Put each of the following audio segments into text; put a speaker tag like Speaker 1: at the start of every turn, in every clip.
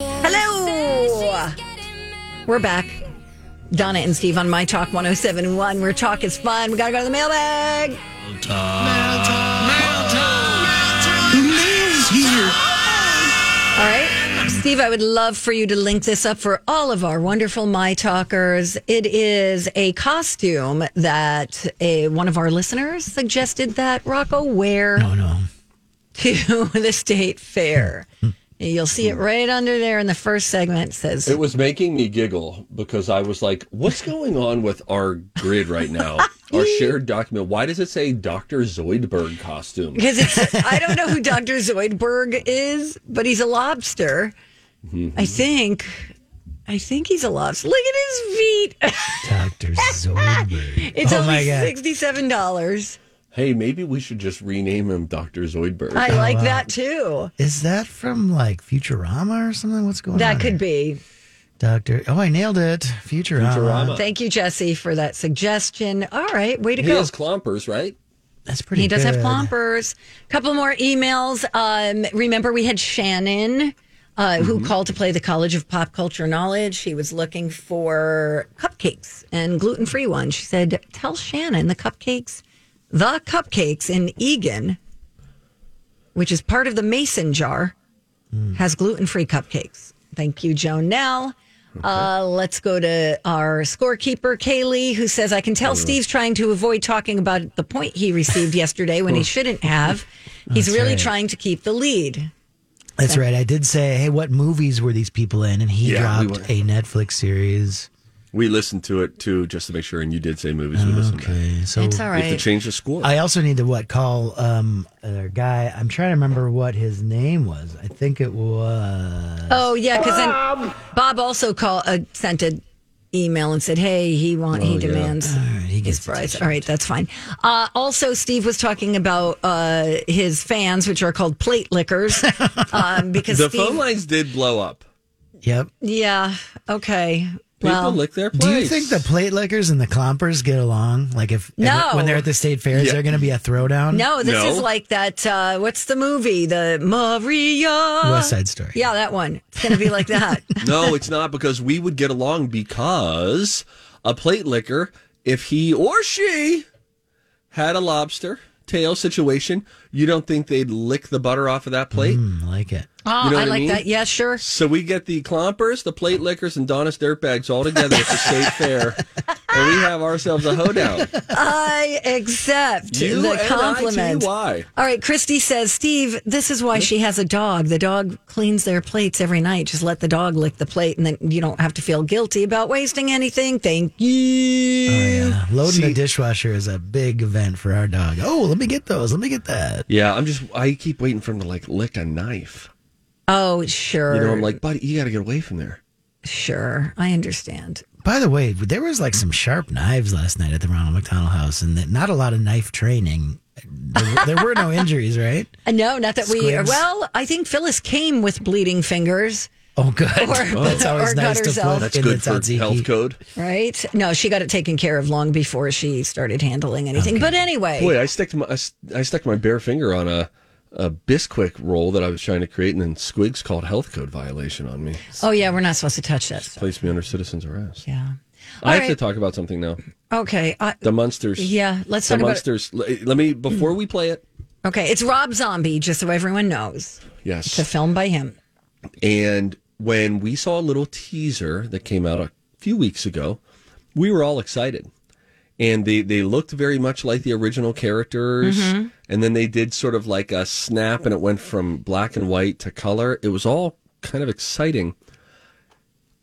Speaker 1: Hello. We're back. Donna and Steve on My Talk 1071, where talk is fun. We got to go to the mailbag. All right. Steve, I would love for you to link this up for all of our wonderful My Talkers. It is a costume that a, one of our listeners suggested that Rocco wear
Speaker 2: Oh no.
Speaker 1: to the state fair. You'll see it right under there in the first segment. It says,
Speaker 3: It was making me giggle because I was like, what's going on with our grid right now? our shared document. Why does it say Dr. Zoidberg costume?
Speaker 1: Because it's I don't know who Dr. Zoidberg is, but he's a lobster. I think. I think he's a lobster. Look at his feet.
Speaker 2: Dr. Zoidberg.
Speaker 1: It's
Speaker 2: oh
Speaker 1: only
Speaker 2: my God.
Speaker 1: sixty-seven dollars.
Speaker 3: Hey, maybe we should just rename him Dr. Zoidberg.
Speaker 2: Oh,
Speaker 1: I like that too.
Speaker 2: Is that from like Futurama or something? What's going on?
Speaker 1: That could
Speaker 2: here?
Speaker 1: be.
Speaker 2: Doctor. Oh, I nailed it. Futurama.
Speaker 3: Futurama.
Speaker 1: Thank you, Jesse, for that suggestion. All right, way to
Speaker 3: he
Speaker 1: go.
Speaker 3: has clompers, right?
Speaker 2: That's pretty.
Speaker 1: he does have
Speaker 2: good.
Speaker 1: clompers. Couple more emails. Um, remember, we had Shannon, uh, who called to play the College of Pop Culture Knowledge. She was looking for cupcakes and gluten free ones. She said, "Tell Shannon the cupcakes, the cupcakes in Egan, which is part of the Mason jar, has gluten free cupcakes." Thank you, Joan Nell. Uh, let's go to our scorekeeper, Kaylee, who says, I can tell Steve's trying to avoid talking about the point he received yesterday when he shouldn't have. He's really
Speaker 2: right.
Speaker 1: trying to keep the lead.
Speaker 2: That's right. I did say, hey, what movies were these people in? And he
Speaker 3: Yeah, we
Speaker 2: dropped
Speaker 3: were.
Speaker 2: a Netflix series.
Speaker 3: We listened to it too, just to make sure. And you did say movies. We listened to.
Speaker 2: Okay, so
Speaker 1: It's all
Speaker 3: We have to
Speaker 1: right.
Speaker 3: change the score.
Speaker 2: I also need to what call um a guy. I'm trying to remember what his name was. I think it was.
Speaker 1: Oh, yeah, because then Bob also call, uh, sent an email and said, hey, he want, he demands.
Speaker 2: Oh, All right, he
Speaker 1: His
Speaker 2: gets
Speaker 1: prize. All right, that's fine. Uh, also, Steve was talking about uh, his fans, which are called plate lickers, um, because
Speaker 3: the
Speaker 1: Steve,
Speaker 3: phone lines did blow up.
Speaker 2: Yep.
Speaker 1: yeah, okay.
Speaker 3: People
Speaker 1: well,
Speaker 3: lick their plates.
Speaker 2: Do you think the plate lickers and the clompers get along? Like if
Speaker 1: No.
Speaker 2: if- when they're at the state fairs,
Speaker 3: Yeah.
Speaker 2: they're going to be a throwdown.
Speaker 1: No, this
Speaker 3: No.
Speaker 1: is like that. Uh, what's the movie? The Maria.
Speaker 2: West Side Story.
Speaker 1: Yeah, that one. It's going to be like that.
Speaker 3: No, it's not because we would get along because a plate licker, if he or she had a lobster tail situation, you don't think they'd lick the butter off of that plate?
Speaker 2: Mm, like it.
Speaker 1: Oh,
Speaker 3: You know
Speaker 1: I
Speaker 3: what I
Speaker 1: like
Speaker 3: mean?
Speaker 1: that. Yeah, sure.
Speaker 3: So we get the clompers, the plate lickers, and Donna's dirtbags all together at the state fair, and we have ourselves a hoedown.
Speaker 1: I accept
Speaker 3: You
Speaker 1: the
Speaker 3: and
Speaker 1: compliment.
Speaker 3: ITY.
Speaker 1: All right, Christy says, Steve, this is why she has a dog. The dog cleans their plates every night. Just let the dog lick the plate, and then you don't have to feel guilty about wasting anything. Thank you.
Speaker 2: Oh, Yeah. Loading the dishwasher is a big event for our dog. Oh, let me get those. Let me get that.
Speaker 3: Yeah, I'm just. I keep waiting for him to like lick a knife.
Speaker 1: Oh, sure.
Speaker 3: You know, I'm like, buddy, you got to get away from there.
Speaker 1: sure. I understand.
Speaker 2: By the way, there was like some sharp knives last night at the Ronald McDonald House, and that not a lot of knife training. There, there were no injuries, right?
Speaker 1: Uh, No, not that we.
Speaker 2: Squibs.
Speaker 1: Well, I think Phyllis came with bleeding fingers,
Speaker 2: Oh, good. That's always
Speaker 1: or got
Speaker 2: nice to
Speaker 1: herself.
Speaker 2: put
Speaker 3: That's
Speaker 2: in the
Speaker 3: good for
Speaker 2: tzatziki.
Speaker 3: health code.
Speaker 1: right? No, she got it taken care of long before she started handling anything. But anyway,
Speaker 3: Boy, I stuck my I s- I stuck my bare finger on a a Bisquick roll that I was trying to create, and then Squigs called health code violation on me.
Speaker 1: oh yeah, we're not supposed to touch that. stuff.
Speaker 3: Placed me under citizen's arrest.
Speaker 1: Yeah.
Speaker 3: I have to
Speaker 1: right.
Speaker 3: talk about something now.
Speaker 1: Okay. I,
Speaker 3: The monsters.
Speaker 1: yeah. Let's
Speaker 3: The
Speaker 1: talk about.
Speaker 3: monsters. L- Let me before we play it.
Speaker 1: Okay, it's Rob Zombie, just so everyone knows. It's a
Speaker 3: Yes.
Speaker 1: film by him.
Speaker 3: And when we saw a little teaser that came out a few weeks ago, we were all excited. And they, they looked very much like the original characters. And then they did sort of like a snap and it went from black and white to color. It was all kind of exciting.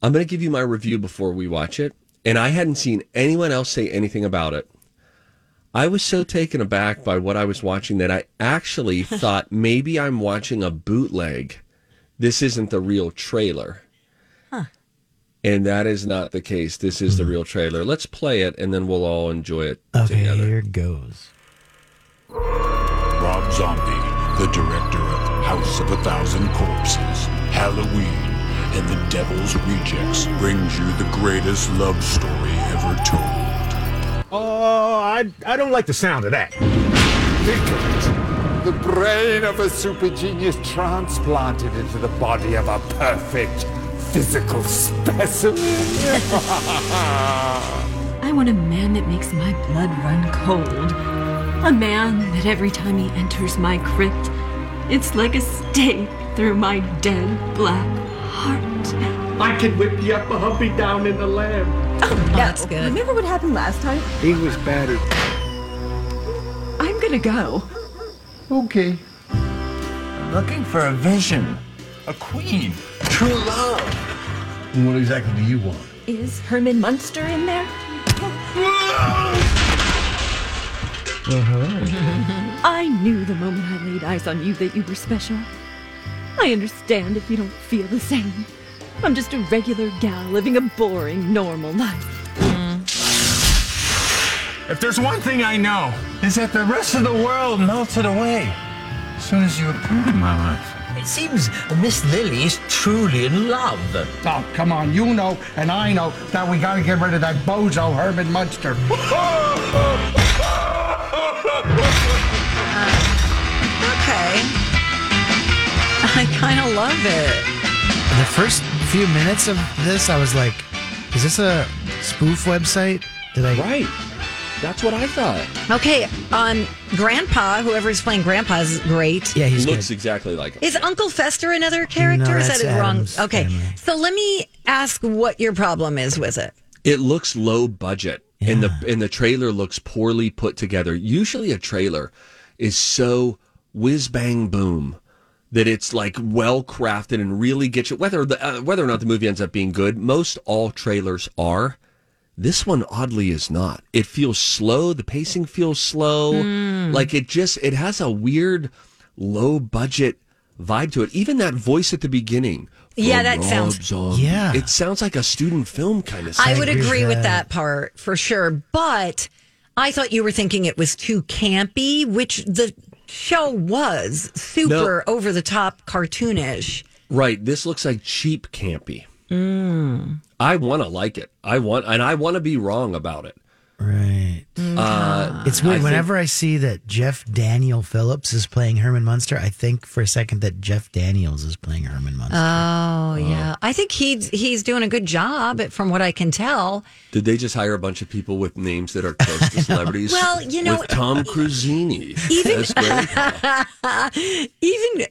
Speaker 3: I'm going to give you my review before we watch it. And I hadn't seen anyone else say anything about it. I was so taken aback by what I was watching that I actually thought maybe I'm watching a bootleg. This isn't the real trailer. And that is not the case. This is the real trailer. Let's play it and then we'll all enjoy it
Speaker 2: Hmm. Okay,
Speaker 3: together.
Speaker 2: Oh, here goes.
Speaker 4: Rob Zombie, the director of House of a Thousand Corpses, Halloween, and The Devil's Rejects brings you the greatest love story ever told.
Speaker 5: Oh, I, I don't like the sound of that.
Speaker 6: The brain of a super genius transplanted into the body of a perfect physical specimen.
Speaker 7: I want a man that makes my blood run cold. A man that every time he enters my crypt, it's like a stake through my dead black heart.
Speaker 8: I can whip you up a humpy down in the lab.
Speaker 1: Oh, That's good.
Speaker 7: Remember what happened last time?
Speaker 8: He was battered.
Speaker 7: I'm gonna go.
Speaker 8: Okay.
Speaker 9: Looking for a vision, a queen, true love. What exactly do you want?
Speaker 7: Is Herman Munster in there? I knew the moment I laid eyes on you that you were special. I understand if you don't feel the same. I'm just a regular gal living a boring, normal life.
Speaker 5: If there's one thing I know,
Speaker 9: Is that the rest of the world melted away as soon as you appeared in my life? It seems Miss Lily is truly in love.
Speaker 8: Oh, come on. You know and I know that we gotta get rid of that bozo Herman Munster.
Speaker 1: Okay. I kind of love it.
Speaker 2: The first few minutes of this, I was like, is this a spoof website? Did I?
Speaker 3: Right. That's what I thought.
Speaker 1: Okay, um, Grandpa, whoever's playing Grandpa is great.
Speaker 2: Yeah, he's
Speaker 3: Looks
Speaker 2: good.
Speaker 3: exactly like it.
Speaker 1: Is Uncle Fester another character?
Speaker 2: No,
Speaker 1: is that
Speaker 2: that's
Speaker 1: it wrong?
Speaker 2: Adam's
Speaker 1: Okay,
Speaker 2: family.
Speaker 1: so let me ask what your problem is with it.
Speaker 3: It looks low budget, and the and the trailer looks poorly put together. Usually, a trailer is so whiz bang boom that it's like well crafted and really gets you. Whether the uh, whether or not the movie ends up being good, most all trailers are. This one oddly is not. It feels slow. The pacing feels slow.
Speaker 1: Hmm.
Speaker 3: Like it just it has a weird low budget vibe to it. Even that voice at the beginning.
Speaker 1: Yeah,
Speaker 3: from
Speaker 1: that
Speaker 3: Rob
Speaker 1: sounds-
Speaker 3: Zombie,
Speaker 2: Yeah.
Speaker 3: It sounds like a student film kind of.
Speaker 1: I would
Speaker 2: agree with
Speaker 1: agree with
Speaker 2: that.
Speaker 1: that part for sure, but I thought you were thinking it was too campy, which the show was super over the top cartoonish.
Speaker 3: Right. This looks like cheap campy.
Speaker 1: Hmm.
Speaker 3: I want to like it. I want, and I want to be wrong about it.
Speaker 2: Right.
Speaker 1: Mm-hmm.
Speaker 3: Uh,
Speaker 2: It's
Speaker 3: I
Speaker 2: weird.
Speaker 3: think-
Speaker 2: Whenever I see that Jeff Daniel Phillips is playing Herman Munster, I think for a second that Jeff Daniels is playing Herman Munster.
Speaker 1: Oh yeah, I think he's he's doing a good job, from what I can tell.
Speaker 3: Did they just hire a bunch of people with names that are close to celebrities?
Speaker 1: Well, you know-
Speaker 3: with Tom Cruzini. Even
Speaker 1: Even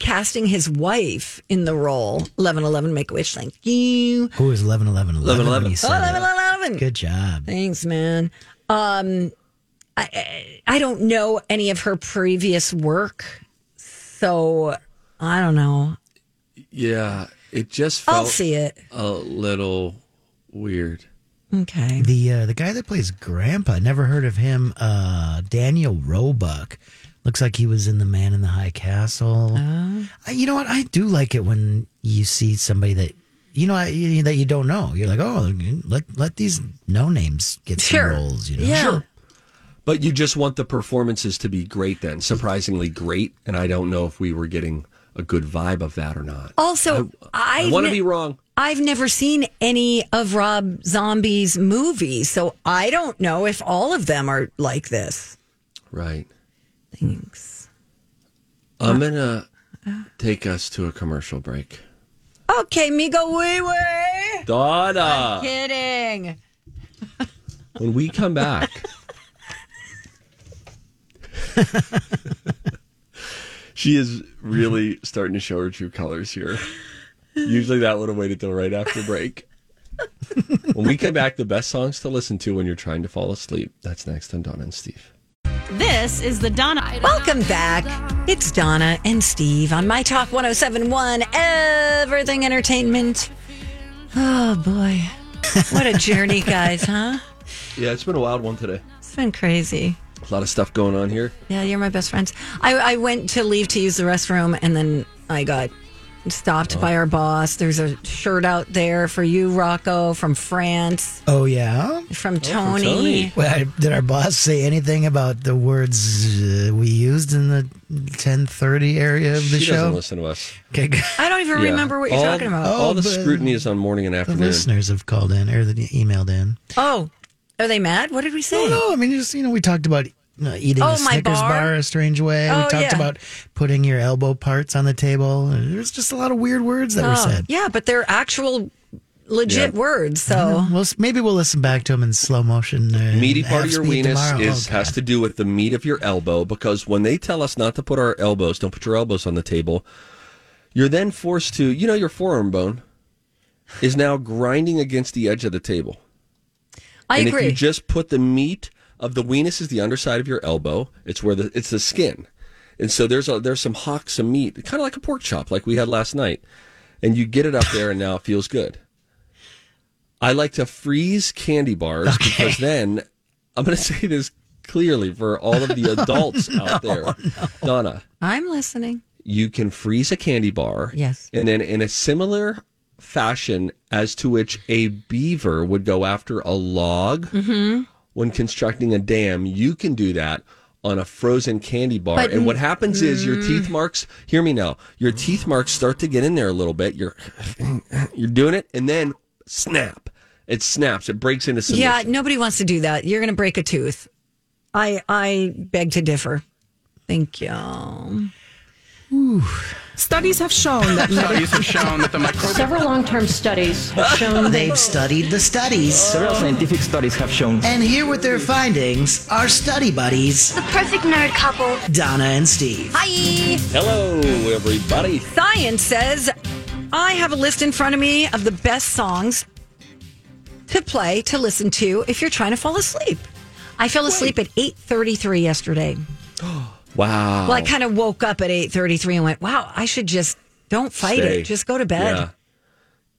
Speaker 1: casting his wife in the role, eleven eleven, make a wish, thank you,
Speaker 2: Who is 11 11 11?
Speaker 3: 11,
Speaker 2: when you said
Speaker 1: eleven
Speaker 2: that.
Speaker 1: eleven.
Speaker 2: Good job.
Speaker 1: Thanks, man. Um, I I don't know any of her previous work, so I don't know.
Speaker 3: yeah, it just
Speaker 1: I'll
Speaker 3: felt
Speaker 1: see it.
Speaker 3: a little weird.
Speaker 1: Okay.
Speaker 2: The uh, the guy that plays Grandpa, never heard of him, uh, Daniel Roebuck. Looks like he was in The Man in the High Castle.
Speaker 1: Oh.
Speaker 2: I, you know what? I do like it when you see somebody that you know I, you- that you don't know. You're like, "Oh, let let these no names get some
Speaker 1: Sure.
Speaker 2: roles," you know.
Speaker 1: Yeah.
Speaker 3: But you just want the performances to be great, then surprisingly great. And I don't know if we were getting a good vibe of that or not.
Speaker 1: Also, Oh, I,
Speaker 3: I want to be wrong.
Speaker 1: I've never seen any of Rob Zombie's movies, so I don't know if all of them are like this.
Speaker 3: Right.
Speaker 1: Thanks.
Speaker 3: I'm gonna take us to a commercial break.
Speaker 1: Okay, Migo Wee Wee.
Speaker 3: Donna.
Speaker 1: Kidding.
Speaker 3: When we come back, she is really starting to show her true colors here. Usually that would have waited till right after break. when we come back, the best songs to listen to when you're trying to fall asleep. That's next on Donna and Steve.
Speaker 7: This is the Donna.
Speaker 1: Welcome back. It's Donna and Steve on My Talk 1071, Everything Entertainment. Oh boy. What a journey, guys, huh?
Speaker 3: Yeah, it's been a wild one today.
Speaker 1: It's been crazy.
Speaker 3: A lot of stuff going on here.
Speaker 1: Yeah, you're my best friends. I, I went to leave to use the restroom and then I got stopped by our boss. There's a shirt out there for you, Rocco, from France,
Speaker 2: Oh yeah.
Speaker 1: from Tony.
Speaker 2: Well, I- did our boss say anything about the words uh, we used in the ten thirty area of the
Speaker 3: she
Speaker 2: show?
Speaker 3: doesn't listen to us.
Speaker 2: Okay, good.
Speaker 1: I don't even
Speaker 3: Yeah.
Speaker 1: remember what you're
Speaker 3: All-
Speaker 1: talking about.
Speaker 3: All
Speaker 2: Oh,
Speaker 3: the
Speaker 2: but-
Speaker 3: scrutiny is on morning and
Speaker 2: The
Speaker 3: afternoon.
Speaker 2: listeners have called in or the emailed in.
Speaker 1: Oh, are they mad? What did we
Speaker 3: Oh.
Speaker 1: say?
Speaker 2: No, no. I mean, just you know, we talked about you know, eating
Speaker 1: Oh,
Speaker 2: a
Speaker 1: my
Speaker 2: Snickers
Speaker 1: bar?
Speaker 2: bar? a strange way. we
Speaker 1: Oh,
Speaker 2: talked
Speaker 1: yeah.
Speaker 2: about putting your elbow parts on the table. There's just a lot of weird words that
Speaker 1: Oh,
Speaker 2: were said.
Speaker 1: Yeah, but they're actual, legit
Speaker 3: Yeah.
Speaker 1: words. So
Speaker 2: Well, s- maybe we'll listen back to them in slow motion. uh,
Speaker 3: meaty
Speaker 2: at
Speaker 3: part of
Speaker 2: half
Speaker 3: your
Speaker 2: speed
Speaker 3: weenus
Speaker 2: tomorrow.
Speaker 3: is
Speaker 2: Oh,
Speaker 3: has to do with the meat of your elbow because when they tell us not to put our elbows, don't put your elbows on the table, you're then forced to, you know, your forearm bone is now grinding against the edge of the table.
Speaker 1: I
Speaker 3: and
Speaker 1: agree.
Speaker 3: if you just put the meat of the weenus is the underside of your elbow, it's where the it's the skin. And so there's a there's some hocks of meat, kind of like a pork chop like we had last night. And you get it up there and now it feels good. I like to freeze candy bars because then I'm going to say this clearly for all of the adults out there. Donna,
Speaker 1: I'm listening.
Speaker 3: you can freeze a candy bar.
Speaker 1: Yes.
Speaker 3: And then in a similar fashion as to which a beaver would go after a log
Speaker 1: Mm-hmm.
Speaker 3: when constructing a dam, you can do that on a frozen candy bar.
Speaker 1: But- mm.
Speaker 3: and what happens is your teeth marks, hear me now, your teeth marks start to get in there a little bit. You're you're doing it and then snap. It snaps. It breaks into submission.
Speaker 1: Yeah, nobody wants to do that. You're going to break a tooth. I I beg to differ. Thank you.
Speaker 10: Studies have shown that
Speaker 11: Studies have shown that the
Speaker 10: several long-term studies have shown
Speaker 11: They've
Speaker 10: studied the studies.
Speaker 11: Several scientific studies have shown.
Speaker 2: And here with their findings are study buddies, the perfect nerd couple, Donna and Steve.
Speaker 1: Hi.
Speaker 3: Hello, everybody.
Speaker 1: Science says I have a list in front of me of the best songs to play to listen to if you're trying to fall asleep. I fell asleep at 8:33 yesterday.
Speaker 3: Wow.
Speaker 1: Well, I kind of woke up at 8:33 and went, "Wow, I should just don't fight
Speaker 3: Stay.
Speaker 1: it. Just go to bed."
Speaker 3: Yeah.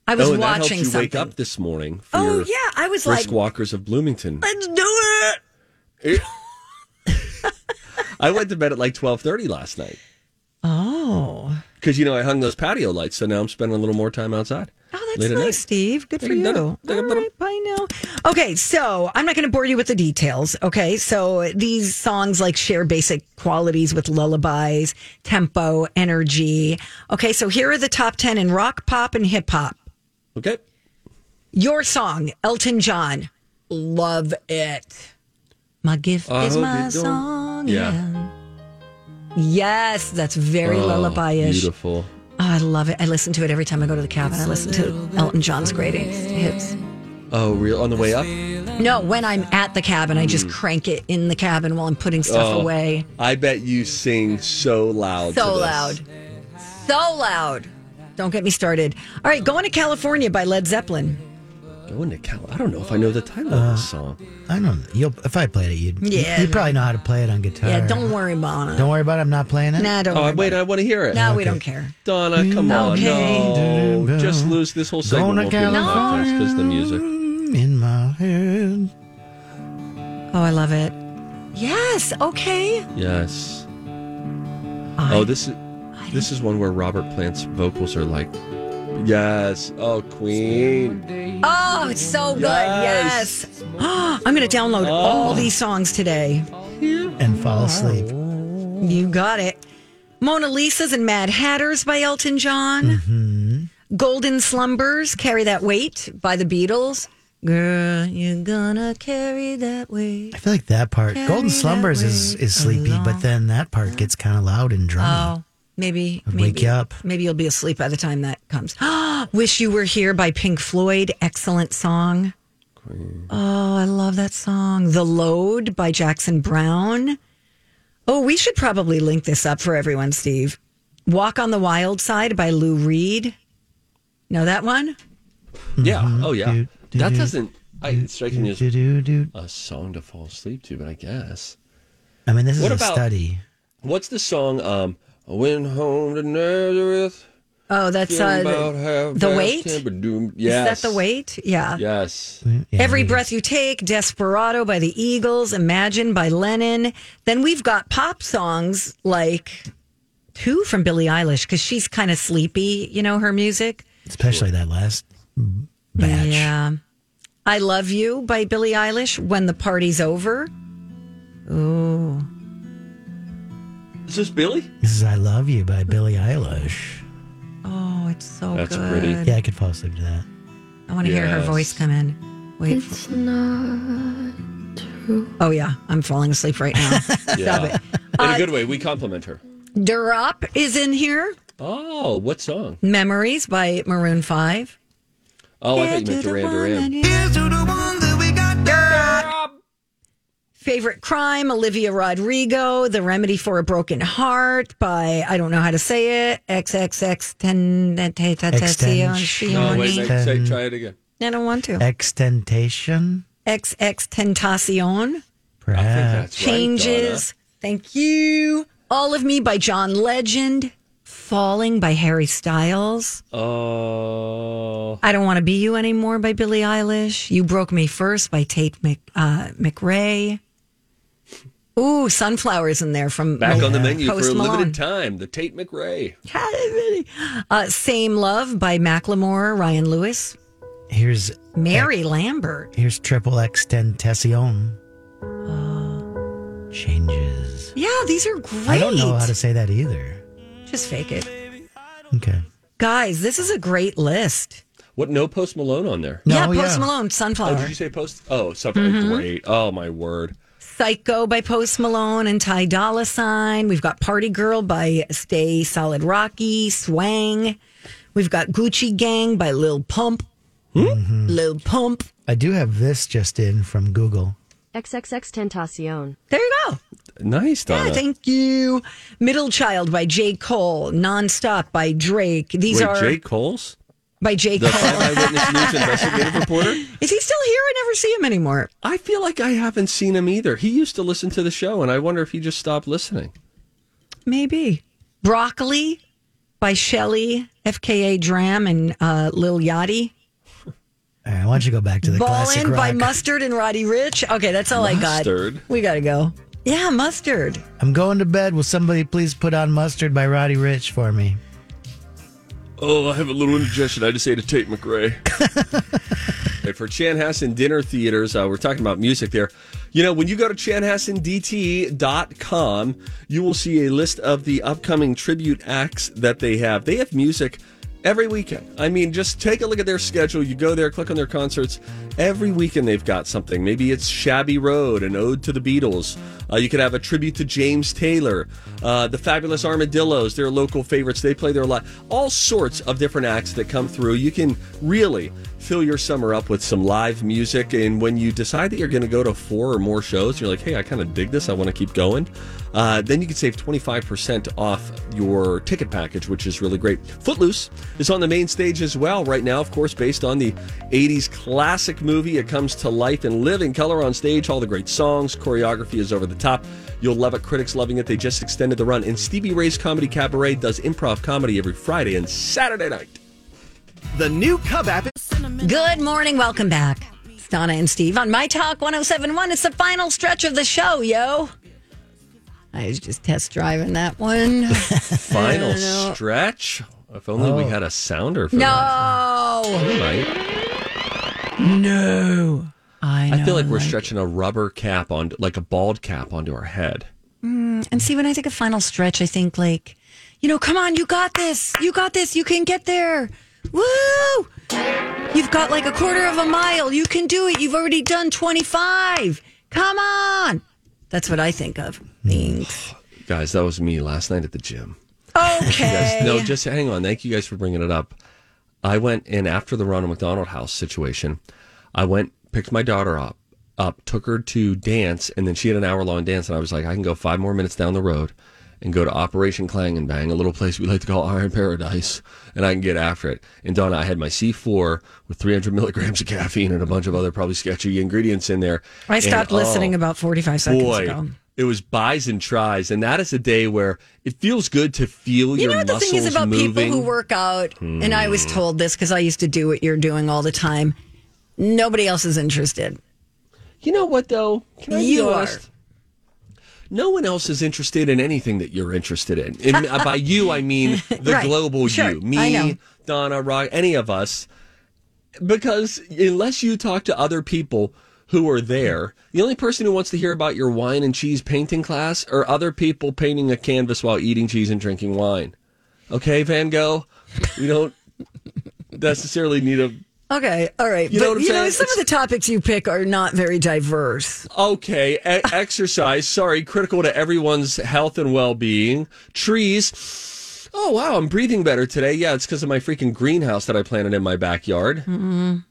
Speaker 1: I was
Speaker 3: oh, and that helps
Speaker 1: watching
Speaker 3: you
Speaker 1: something.
Speaker 3: wake up this morning. For
Speaker 1: Oh,
Speaker 3: your
Speaker 1: yeah, I was like-
Speaker 3: brisk walkers of Bloomington.
Speaker 1: Let's do it.
Speaker 3: I went to bed at like twelve thirty last night
Speaker 1: Oh.
Speaker 3: because you know I hung those patio lights, so now I'm spending a little more time outside.
Speaker 1: Oh, that's
Speaker 3: Late at
Speaker 1: nice,
Speaker 3: night.
Speaker 1: Steve. Good for
Speaker 3: Dun-
Speaker 1: you.
Speaker 3: dun-
Speaker 1: All right, bye now. Okay, so I'm not going to bore you with the details. Okay, so these songs like share basic qualities with lullabies, tempo, energy. Okay, so here are the top 10 in rock, pop, and hip hop.
Speaker 3: Okay.
Speaker 1: Your song, Elton John. Love it. My gift
Speaker 10: I
Speaker 1: is
Speaker 10: hope
Speaker 1: my
Speaker 10: you don't-
Speaker 1: song.
Speaker 10: Yeah. Oh,
Speaker 1: Yes, that's very lullaby ish. Oh,
Speaker 3: Beautiful.
Speaker 1: I love it. I listen to it every time I go to the cabin. I listen to Elton John's greatest hits.
Speaker 3: Oh, real on the way up.
Speaker 1: No, when I'm at the cabin, I just crank it in the cabin while I'm putting stuff
Speaker 3: Mm. Oh,
Speaker 1: away.
Speaker 3: I bet you sing so loud. to
Speaker 1: So
Speaker 3: this.
Speaker 1: loud. So loud. Don't get me started. All right, Going to California by Led Zeppelin.
Speaker 3: Going to Cal. I don't know if I know the title of this
Speaker 1: Uh,
Speaker 3: song.
Speaker 2: I don't. You'll if I played it, you'd
Speaker 1: Yeah.
Speaker 2: you probably know how to play it on guitar.
Speaker 1: Yeah, don't worry about it.
Speaker 2: Don't worry about. It, I'm not playing it.
Speaker 1: Nah, don't
Speaker 3: Oh,
Speaker 1: worry
Speaker 3: wait,
Speaker 1: about
Speaker 3: I want to hear
Speaker 1: it.
Speaker 3: it.
Speaker 1: No, we don't care.
Speaker 3: Donna, come on.
Speaker 1: Okay.
Speaker 3: No. Just lose this whole
Speaker 2: Going
Speaker 3: segment.
Speaker 2: to California.
Speaker 3: Because the music.
Speaker 2: in my head.
Speaker 1: Oh, I love it. Yes, okay.
Speaker 3: Yes. oh, this is this is one where Robert Plant's vocals are like, yes. Oh, Queen.
Speaker 1: Oh, it's so good.
Speaker 3: Yes. Oh.
Speaker 1: Yes. I'm going to download all these songs today.
Speaker 2: And fall asleep.
Speaker 1: You got it. Mona Lisa's and Mad Hatters by Elton John. Golden Slumbers, Carry That Weight by the Beatles. Girl, you're gonna carry that weight.
Speaker 2: I feel like that part.
Speaker 1: Carry
Speaker 2: Golden
Speaker 1: that
Speaker 2: Slumbers is is sleepy, but then that part gets kind of loud and drummy.
Speaker 1: Oh, maybe,
Speaker 2: I'd
Speaker 1: maybe
Speaker 2: wake you up.
Speaker 1: Maybe you'll be asleep by the time that comes. Wish You Were Here by Pink Floyd. Excellent song. Oh, I love that song. The Load by Jackson Brown. Oh, we should probably link this up for everyone, Steve. Walk on the Wild Side by Lou Reed. Know that one?
Speaker 3: Yeah. Oh, yeah.
Speaker 1: Mm-hmm.
Speaker 2: do,
Speaker 3: That
Speaker 2: do,
Speaker 3: doesn't. I, it strikes me as
Speaker 2: Do, do, do.
Speaker 3: a song to fall asleep to, but I guess.
Speaker 2: I mean, this is
Speaker 3: What
Speaker 2: a
Speaker 3: about-
Speaker 2: study.
Speaker 3: What's the song? Um, I went home to Nazareth.
Speaker 1: Oh, that's uh,
Speaker 3: about half
Speaker 1: The
Speaker 3: past
Speaker 1: Weight?
Speaker 3: ten, but doom-
Speaker 1: Is
Speaker 3: Yes.
Speaker 1: that The Weight? Yeah.
Speaker 3: Yes.
Speaker 1: Every Breath You Take, Desperado by the Eagles, Imagine by Lennon. Then we've got pop songs like Who from Billie Eilish? Because she's kind of sleepy, you know, her music.
Speaker 2: especially that last batch.
Speaker 1: Yeah. I Love You by Billie Eilish, When the Party's Over. Oh.
Speaker 3: Is this Billy?
Speaker 2: This is "I Love You" by Billie Eilish.
Speaker 1: Oh, it's so
Speaker 3: That's
Speaker 1: good.
Speaker 3: pretty.
Speaker 2: Yeah, I could fall asleep to that.
Speaker 1: I want to hear her
Speaker 2: Yes.
Speaker 1: voice come in. Wait. It's not true. Oh, yeah. I'm falling asleep right now. Stop it. Uh,
Speaker 3: In a good way, we compliment her.
Speaker 1: Durop is in here.
Speaker 3: Oh, what song?
Speaker 1: Memories by Maroon 5.
Speaker 3: Oh, I thought you meant Duran Duran.
Speaker 1: Favorite crime, Olivia Rodrigo, The Remedy for a Broken Heart by, I don't know how to say it,
Speaker 3: No, wait,
Speaker 1: XXX
Speaker 3: wait, say, try it again.
Speaker 1: I don't want to.
Speaker 2: Extentation,
Speaker 1: XX Tentacion.
Speaker 2: perhaps.
Speaker 1: Changes. Thank you. All of Me by John Legend. Falling by Harry Styles.
Speaker 3: Oh,
Speaker 1: I Don't Want to Be You Anymore by Billie Eilish. You Broke Me First by Tate Mc, uh, McRae. Ooh, Sunflowers in there from
Speaker 3: back on the
Speaker 1: Mal-
Speaker 3: menu for
Speaker 1: Post
Speaker 3: a
Speaker 1: Malone.
Speaker 3: limited time. The Tate McRae.
Speaker 1: Uh, Same Love by Macklemore, Ryan Lewis.
Speaker 2: Here's
Speaker 1: Mary Lambert.
Speaker 2: here's triple extentation.
Speaker 1: Uh,
Speaker 2: Changes.
Speaker 1: Yeah, these are great.
Speaker 2: I don't know how to say that either.
Speaker 1: Just fake it.
Speaker 2: Okay.
Speaker 1: Guys, this is a great list.
Speaker 3: What? No Post Malone on there?
Speaker 1: yeah, Post Malone, Sunflower.
Speaker 3: Oh, did you say Post? Oh, something
Speaker 1: Mhm.
Speaker 3: great. Oh my word.
Speaker 1: Psycho by Post Malone and Ty Dolla Sign. We've got Party Girl by Stay Solid Rocky, Swang. We've got Gucci Gang by Lil Pump. Mm-hmm. Lil Pump.
Speaker 2: I do have this just in from Google.
Speaker 12: XXX Tentacion.
Speaker 1: There you go.
Speaker 3: Nice,
Speaker 1: Yeah,
Speaker 3: Donna.
Speaker 1: thank you. Middle Child by J. Cole. Nonstop by Drake. These
Speaker 3: Wait,
Speaker 1: are
Speaker 3: Jay Coles,
Speaker 1: by J.
Speaker 3: the
Speaker 1: Cole.
Speaker 3: Five Eyewitness News investigative reporter.
Speaker 1: Is he still here? I never see him anymore.
Speaker 3: I feel like I haven't seen him either. He used to listen to the show, and I wonder if he just stopped listening.
Speaker 1: Maybe. Broccoli by Shelly, FKA Dram, and uh, Lil Yachty.
Speaker 2: All right, why don't you go back to the classic
Speaker 1: Ballin'
Speaker 2: rock?
Speaker 1: by Mustard and Roddy Rich. Okay, that's all I
Speaker 2: Mustard?
Speaker 1: got. We got to go. Yeah, Mustard.
Speaker 2: I'm going to bed. Will somebody please put on Mustard by Roddy Rich for me?
Speaker 3: Oh, I have a little indigestion. I just ate a Tate McRae. Hey, for Chanhassen Dinner Theaters, uh, we're talking about music there. You know, when you go to chanhassendte.com, you will see a list of the upcoming tribute acts that they have. They have music every weekend. I mean, just take a look at their schedule. You go there, click on their concerts. Every weekend they've got something. Maybe it's Shabby Road, an ode to the Beatles. Uh, you could have a tribute to James Taylor, uh, the Fabulous Armadillos, their local favorites. They play their lot. All sorts of different acts that come through. You can really fill your summer up with some live music. And when you decide that you're going to go to four or more shows, you're like, hey, I kind of dig this. I want to keep going. Uh, then you can save 25% off your ticket package, which is really great. Footloose is on the main stage as well right now, of course, based on the 80s classic movie. It comes to life and live in color on stage. All the great songs, choreography is over the top. You'll love it. Critics loving it. They just extended the run. And Stevie Ray's Comedy Cabaret does improv comedy every Friday and Saturday night. The new Cub app
Speaker 1: Good morning. Welcome back. It's Donna and Steve on My Talk 1071. It's the final stretch of the show, yo. I was just test driving that one.
Speaker 3: Final
Speaker 1: I don't know. Oh.
Speaker 3: stretch. If only we had a sounder for that.
Speaker 1: No.
Speaker 3: We might.
Speaker 1: No. I,
Speaker 3: I feel like
Speaker 1: know,
Speaker 3: we're stretching a rubber cap on, like a bald cap onto our head.
Speaker 1: Mm, and see, when I think of final stretch, I think like, you know, come on, you got this. You got this. You can get there. Woo! You've got like a quarter of a mile. You can do it. You've already done 25. Come on. That's what I think of. Thanks.
Speaker 3: Guys, that was me last night at the gym. You
Speaker 1: Okay.
Speaker 3: guys, no, just hang on. Thank you guys for bringing it up. I went in after the Ronald McDonald House situation. I went, picked my daughter up, up, took her to dance, and then she had an hour long dance. And I was like, I can go five more minutes down the road and go to Operation Clang and Bang, a little place we like to call Iron Paradise, and I can get after it. And Donna, I had my C4 with 300 milligrams of caffeine and a bunch of other probably sketchy ingredients in there.
Speaker 1: I
Speaker 3: And,
Speaker 1: stopped
Speaker 3: oh,
Speaker 1: listening about 45 seconds
Speaker 3: boy,
Speaker 1: ago.
Speaker 3: It was buys and tries, and that is a day where it feels good to feel
Speaker 1: You
Speaker 3: your
Speaker 1: know what the
Speaker 3: muscles
Speaker 1: thing is about
Speaker 3: moving.
Speaker 1: people who work out, and I was
Speaker 3: Hmm.
Speaker 1: told this because I used to do what you're doing all the time. Nobody else is interested.
Speaker 3: You know what though? Can I be
Speaker 1: you
Speaker 3: honest? no one else is interested in anything that you're interested in. And uh, by you, I mean the
Speaker 13: Right.
Speaker 3: global
Speaker 13: Sure.
Speaker 3: you,
Speaker 13: I know.
Speaker 3: me, Donna, Rock, any of us. Because unless you talk to other people who are there, the only person who wants to hear about your wine and cheese painting class are other people painting a canvas while eating cheese and drinking wine. Okay, Van Gogh, we don't necessarily need a
Speaker 1: Okay, all right.
Speaker 3: You
Speaker 1: but
Speaker 3: know what I'm
Speaker 1: you know,
Speaker 3: saying?
Speaker 1: some of the topics you pick are not very diverse.
Speaker 3: Okay, e- exercise. Sorry, critical to everyone's health and well-being. Trees. Oh wow, I'm breathing better today. Yeah, it's because of my freaking greenhouse that I planted in my backyard.
Speaker 13: Mm-mm.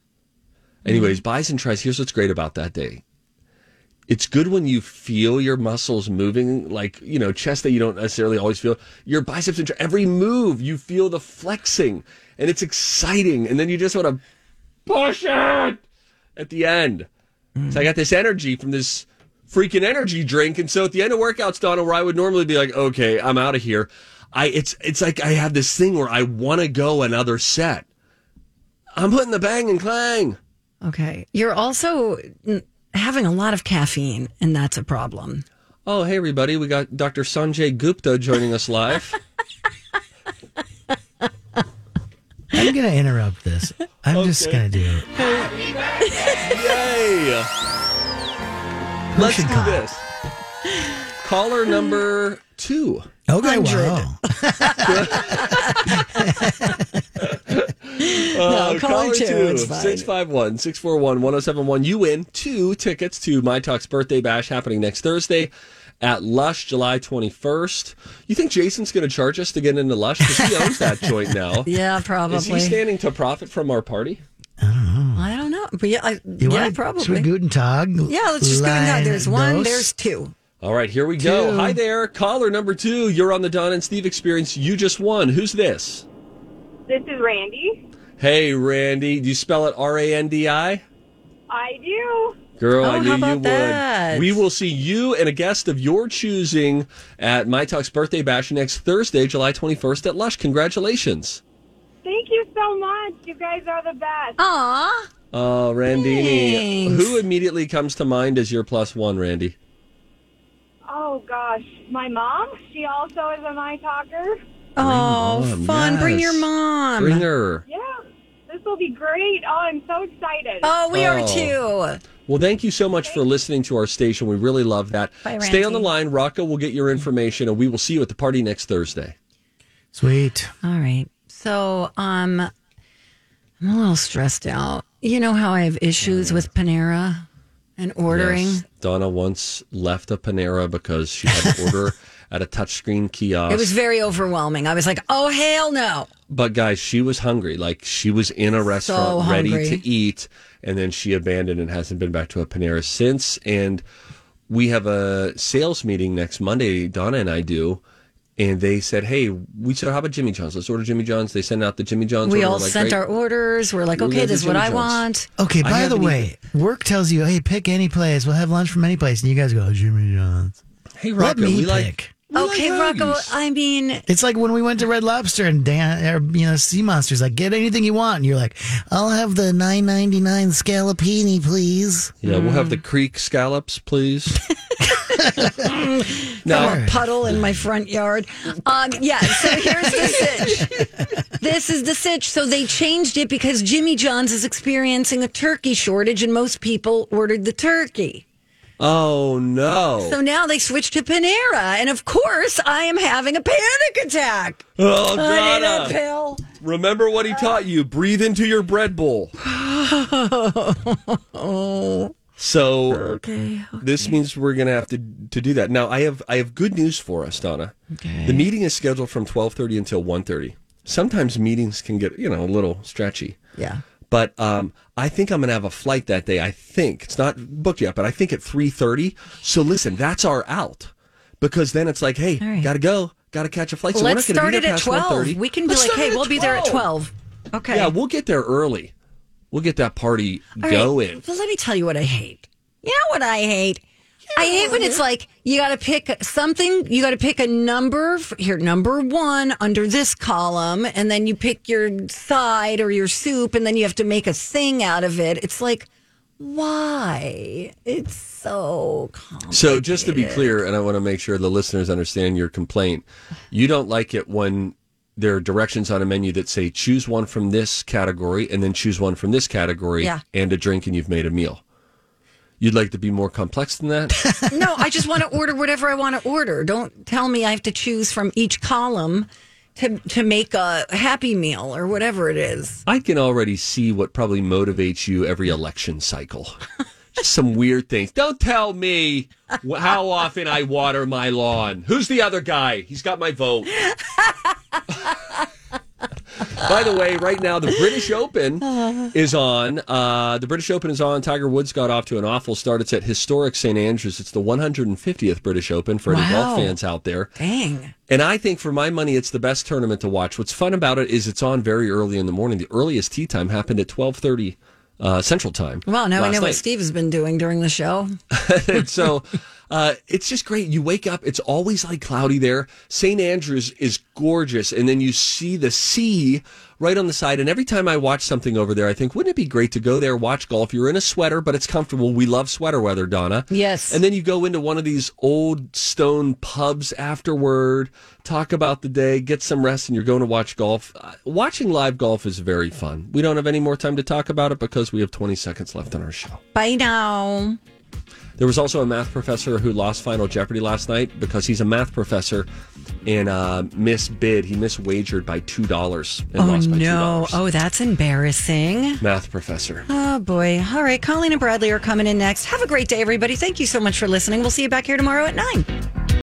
Speaker 3: Anyways, buys and tries. Here's what's great about that day. It's good when you feel your muscles moving, like you know, chest that you don't necessarily always feel. Your biceps and tri- every move, you feel the flexing, and it's exciting. And then you just want to push it at the end. So I got this energy from this freaking energy drink, and so at the end of workouts, Donna, where I would normally be like, "Okay, I'm out of here," I it's it's like I have this thing where I want to go another set. I'm putting the bang and clang.
Speaker 1: Okay. You're also mm, having a lot of caffeine, and that's a problem.
Speaker 3: Oh, hey everybody! We got Dr. Sanjay Gupta joining us live.
Speaker 2: I'm going to interrupt this. I'm just going to do it.
Speaker 3: Yay! Let's do this. Caller number two.
Speaker 2: Okay, wow.
Speaker 3: Uh,
Speaker 13: No, caller two, it's fine.
Speaker 3: 651 641 1071. You win two tickets to My Talk's birthday bash happening next Thursday at Lush, July 21st. You think Jason's going to charge us to get into Lush? Because he owns that joint now.
Speaker 1: Yeah,
Speaker 3: Is he
Speaker 1: probably.
Speaker 3: standing to profit from our party?
Speaker 1: I don't know. But yeah, I,
Speaker 3: You
Speaker 1: yeah
Speaker 3: want-
Speaker 2: Should we
Speaker 1: probably.
Speaker 2: guten Tag?
Speaker 1: Yeah, let's just go in there. There's one,
Speaker 2: Line
Speaker 1: there's two.
Speaker 3: All right, here we go.
Speaker 2: Two.
Speaker 3: Hi there, caller number two. You're on the Don and Steve experience. You just won. Who's this?
Speaker 14: This is Randy.
Speaker 3: Hey, Randy. Do you spell it R A N D I?
Speaker 14: I do.
Speaker 3: Girl, I
Speaker 14: Oh,
Speaker 3: knew
Speaker 14: how about
Speaker 3: you
Speaker 14: that?
Speaker 3: would. We will see you and a guest of your choosing at My Talk's birthday bash next Thursday, July 21st at Lush. Congratulations.
Speaker 14: Thank you so much. You guys are the best.
Speaker 1: Aw.
Speaker 3: Oh, Randy.
Speaker 14: Thanks.
Speaker 3: Who immediately comes to mind as your plus one, Randy?
Speaker 14: Oh gosh, my mom. She also is a my talker.
Speaker 1: Oh,
Speaker 3: Mom,
Speaker 1: fun. Bring
Speaker 3: yes.
Speaker 1: your mom.
Speaker 3: Bring her.
Speaker 14: Yeah, this will be great. Oh, I'm so excited.
Speaker 1: Oh, we are
Speaker 3: Oh.
Speaker 1: too.
Speaker 3: Well, thank you so much for listening to our station. We really love that.
Speaker 1: Bye,
Speaker 3: Stay
Speaker 1: Randy.
Speaker 3: on the line. Rocco will get your information, and we will see you at the party next Thursday.
Speaker 2: Sweet.
Speaker 1: All right. So, um, I'm a little stressed out. You know how I have
Speaker 3: Oh,
Speaker 1: issues with Panera and ordering?
Speaker 3: Yes. Donna once left a Panera because she had to order at a touchscreen kiosk.
Speaker 1: It was very overwhelming. I was like, oh, hell no.
Speaker 3: but guys, she was hungry. Like she was in a restaurant ready
Speaker 1: hungry.
Speaker 3: to eat, and then she abandoned and hasn't been back to a Panera since. And we have a sales meeting next Monday. Donna and I do. And they said, "Hey, we said, how about Jimmy John's? Let's order Jimmy John's." They send out the Jimmy John's.
Speaker 1: we
Speaker 3: order,
Speaker 1: all
Speaker 3: like,
Speaker 1: sent
Speaker 3: right-
Speaker 1: our orders. We're like,
Speaker 3: We're
Speaker 1: okay,
Speaker 3: gonna
Speaker 1: this
Speaker 3: do
Speaker 1: is what
Speaker 3: Jimmy
Speaker 1: I
Speaker 3: John's.
Speaker 1: want.
Speaker 2: Okay, by the
Speaker 3: haven't
Speaker 2: way,
Speaker 3: eaten-
Speaker 2: work tells you, hey, pick any place. We'll have lunch from any place. And you guys go, Jimmy John's.
Speaker 3: Hey,
Speaker 2: Let
Speaker 3: Rocco,
Speaker 2: me
Speaker 3: we
Speaker 2: pick.
Speaker 3: like-
Speaker 1: Okay, Rocco, I mean,
Speaker 2: It's like when we went to Red Lobster and Dan, or, you know, Sea Monster's like, get anything you want. And you're like, I'll have the nine ninety nine scallopini, please.
Speaker 3: Yeah, we'll have the
Speaker 1: Mm.
Speaker 3: creek scallops, please. now,
Speaker 1: from a puddle in my front yard. Um, yeah, so here's the sitch. this is the sitch. So they changed it because Jimmy John's is experiencing a turkey shortage and most people ordered the turkey.
Speaker 3: oh no.
Speaker 1: So now they switched to Panera. And of course, I am having a panic attack.
Speaker 3: Oh,
Speaker 1: I need a
Speaker 3: Donna.
Speaker 1: pill.
Speaker 3: Remember what he taught you breathe into your bread bowl. So this means we're going to have to to do that. Now I have I have good news for us, Donna. Okay. The meeting is scheduled from 12:30 until 1:30. Sometimes meetings can get, you know, a little stretchy.
Speaker 1: Yeah.
Speaker 3: But um, I think I'm going to have a flight that day. I think it's not booked yet, but I think at 3:30. So listen, that's our out because then it's like, hey, got to go, got to catch a flight. So we're
Speaker 1: Let's
Speaker 3: not gonna
Speaker 1: start
Speaker 3: be
Speaker 1: it at
Speaker 3: there past
Speaker 1: 12.
Speaker 3: 1:30.
Speaker 1: We can be
Speaker 3: Let's
Speaker 1: like,
Speaker 3: start it
Speaker 1: hey, we'll be there at 12. Okay.
Speaker 3: Yeah, we'll get there early. We'll get that party
Speaker 1: All right,
Speaker 3: going.
Speaker 1: But let me tell you what I hate. You know what I hate? I hate when it's like you got to pick something. You got to pick a number f- here, number one under this column, and then you pick your side or your soup, and then you have to make a thing out of it. It's like, why? It's so calm.
Speaker 3: So just to be clear, and I want to make sure the listeners understand your complaint, you don't like it when there are directions on a menu that say choose one from this category and then choose one from this category
Speaker 1: Yeah.
Speaker 3: and a drink and you've made a meal. You'd like to be more complex than that?
Speaker 1: no, I just want to order whatever I want to order. Don't tell me I have to choose from each column to to make a happy meal or whatever it is.
Speaker 3: I can already see what probably motivates you every election cycle. Just some weird things. Don't tell me wh- how often I water my lawn. Who's the other guy? He's got my vote. By the way, right now the British Open is on. Uh, the British Open is on. Tiger Woods got off to an awful start. It's at historic St Andrews. It's the 150th British Open for any
Speaker 1: Wow.
Speaker 3: golf fans out there.
Speaker 1: Dang.
Speaker 3: And I think for my money, it's the best tournament to watch. What's fun about it is it's on very early in the morning. The earliest tea time happened at twelve thirty uh, Central Time.
Speaker 1: Well, now I
Speaker 3: last
Speaker 1: know what
Speaker 3: night.
Speaker 1: Steve has been doing during the show.
Speaker 3: and so uh, it's just great. You wake up; it's always like cloudy there. St. Andrews is gorgeous, and then you see the sea right on the side. And every time I watch something over there, I think, wouldn't it be great to go there, watch golf? You're in a sweater, but it's comfortable. We love sweater weather, Donna.
Speaker 1: Yes.
Speaker 3: And then you go into one of these old stone pubs afterward, talk about the day, get some rest, and you're going to watch golf. Uh, Watching live golf is very fun. We don't have any more time to talk about it because we have 20 seconds left on our show.
Speaker 1: Bye now.
Speaker 3: There was also a math professor who lost Final Jeopardy last night because he's a math professor and uh, misbid. He miswagered by two dollars and
Speaker 1: Oh
Speaker 3: lost by two
Speaker 1: no.
Speaker 3: dollars.
Speaker 1: Oh, that's embarrassing.
Speaker 3: Math professor.
Speaker 1: Oh boy. All right, Colleen and Bradley are coming in next. Have a great day, everybody. Thank you so much for listening. We'll see you back here tomorrow at nine.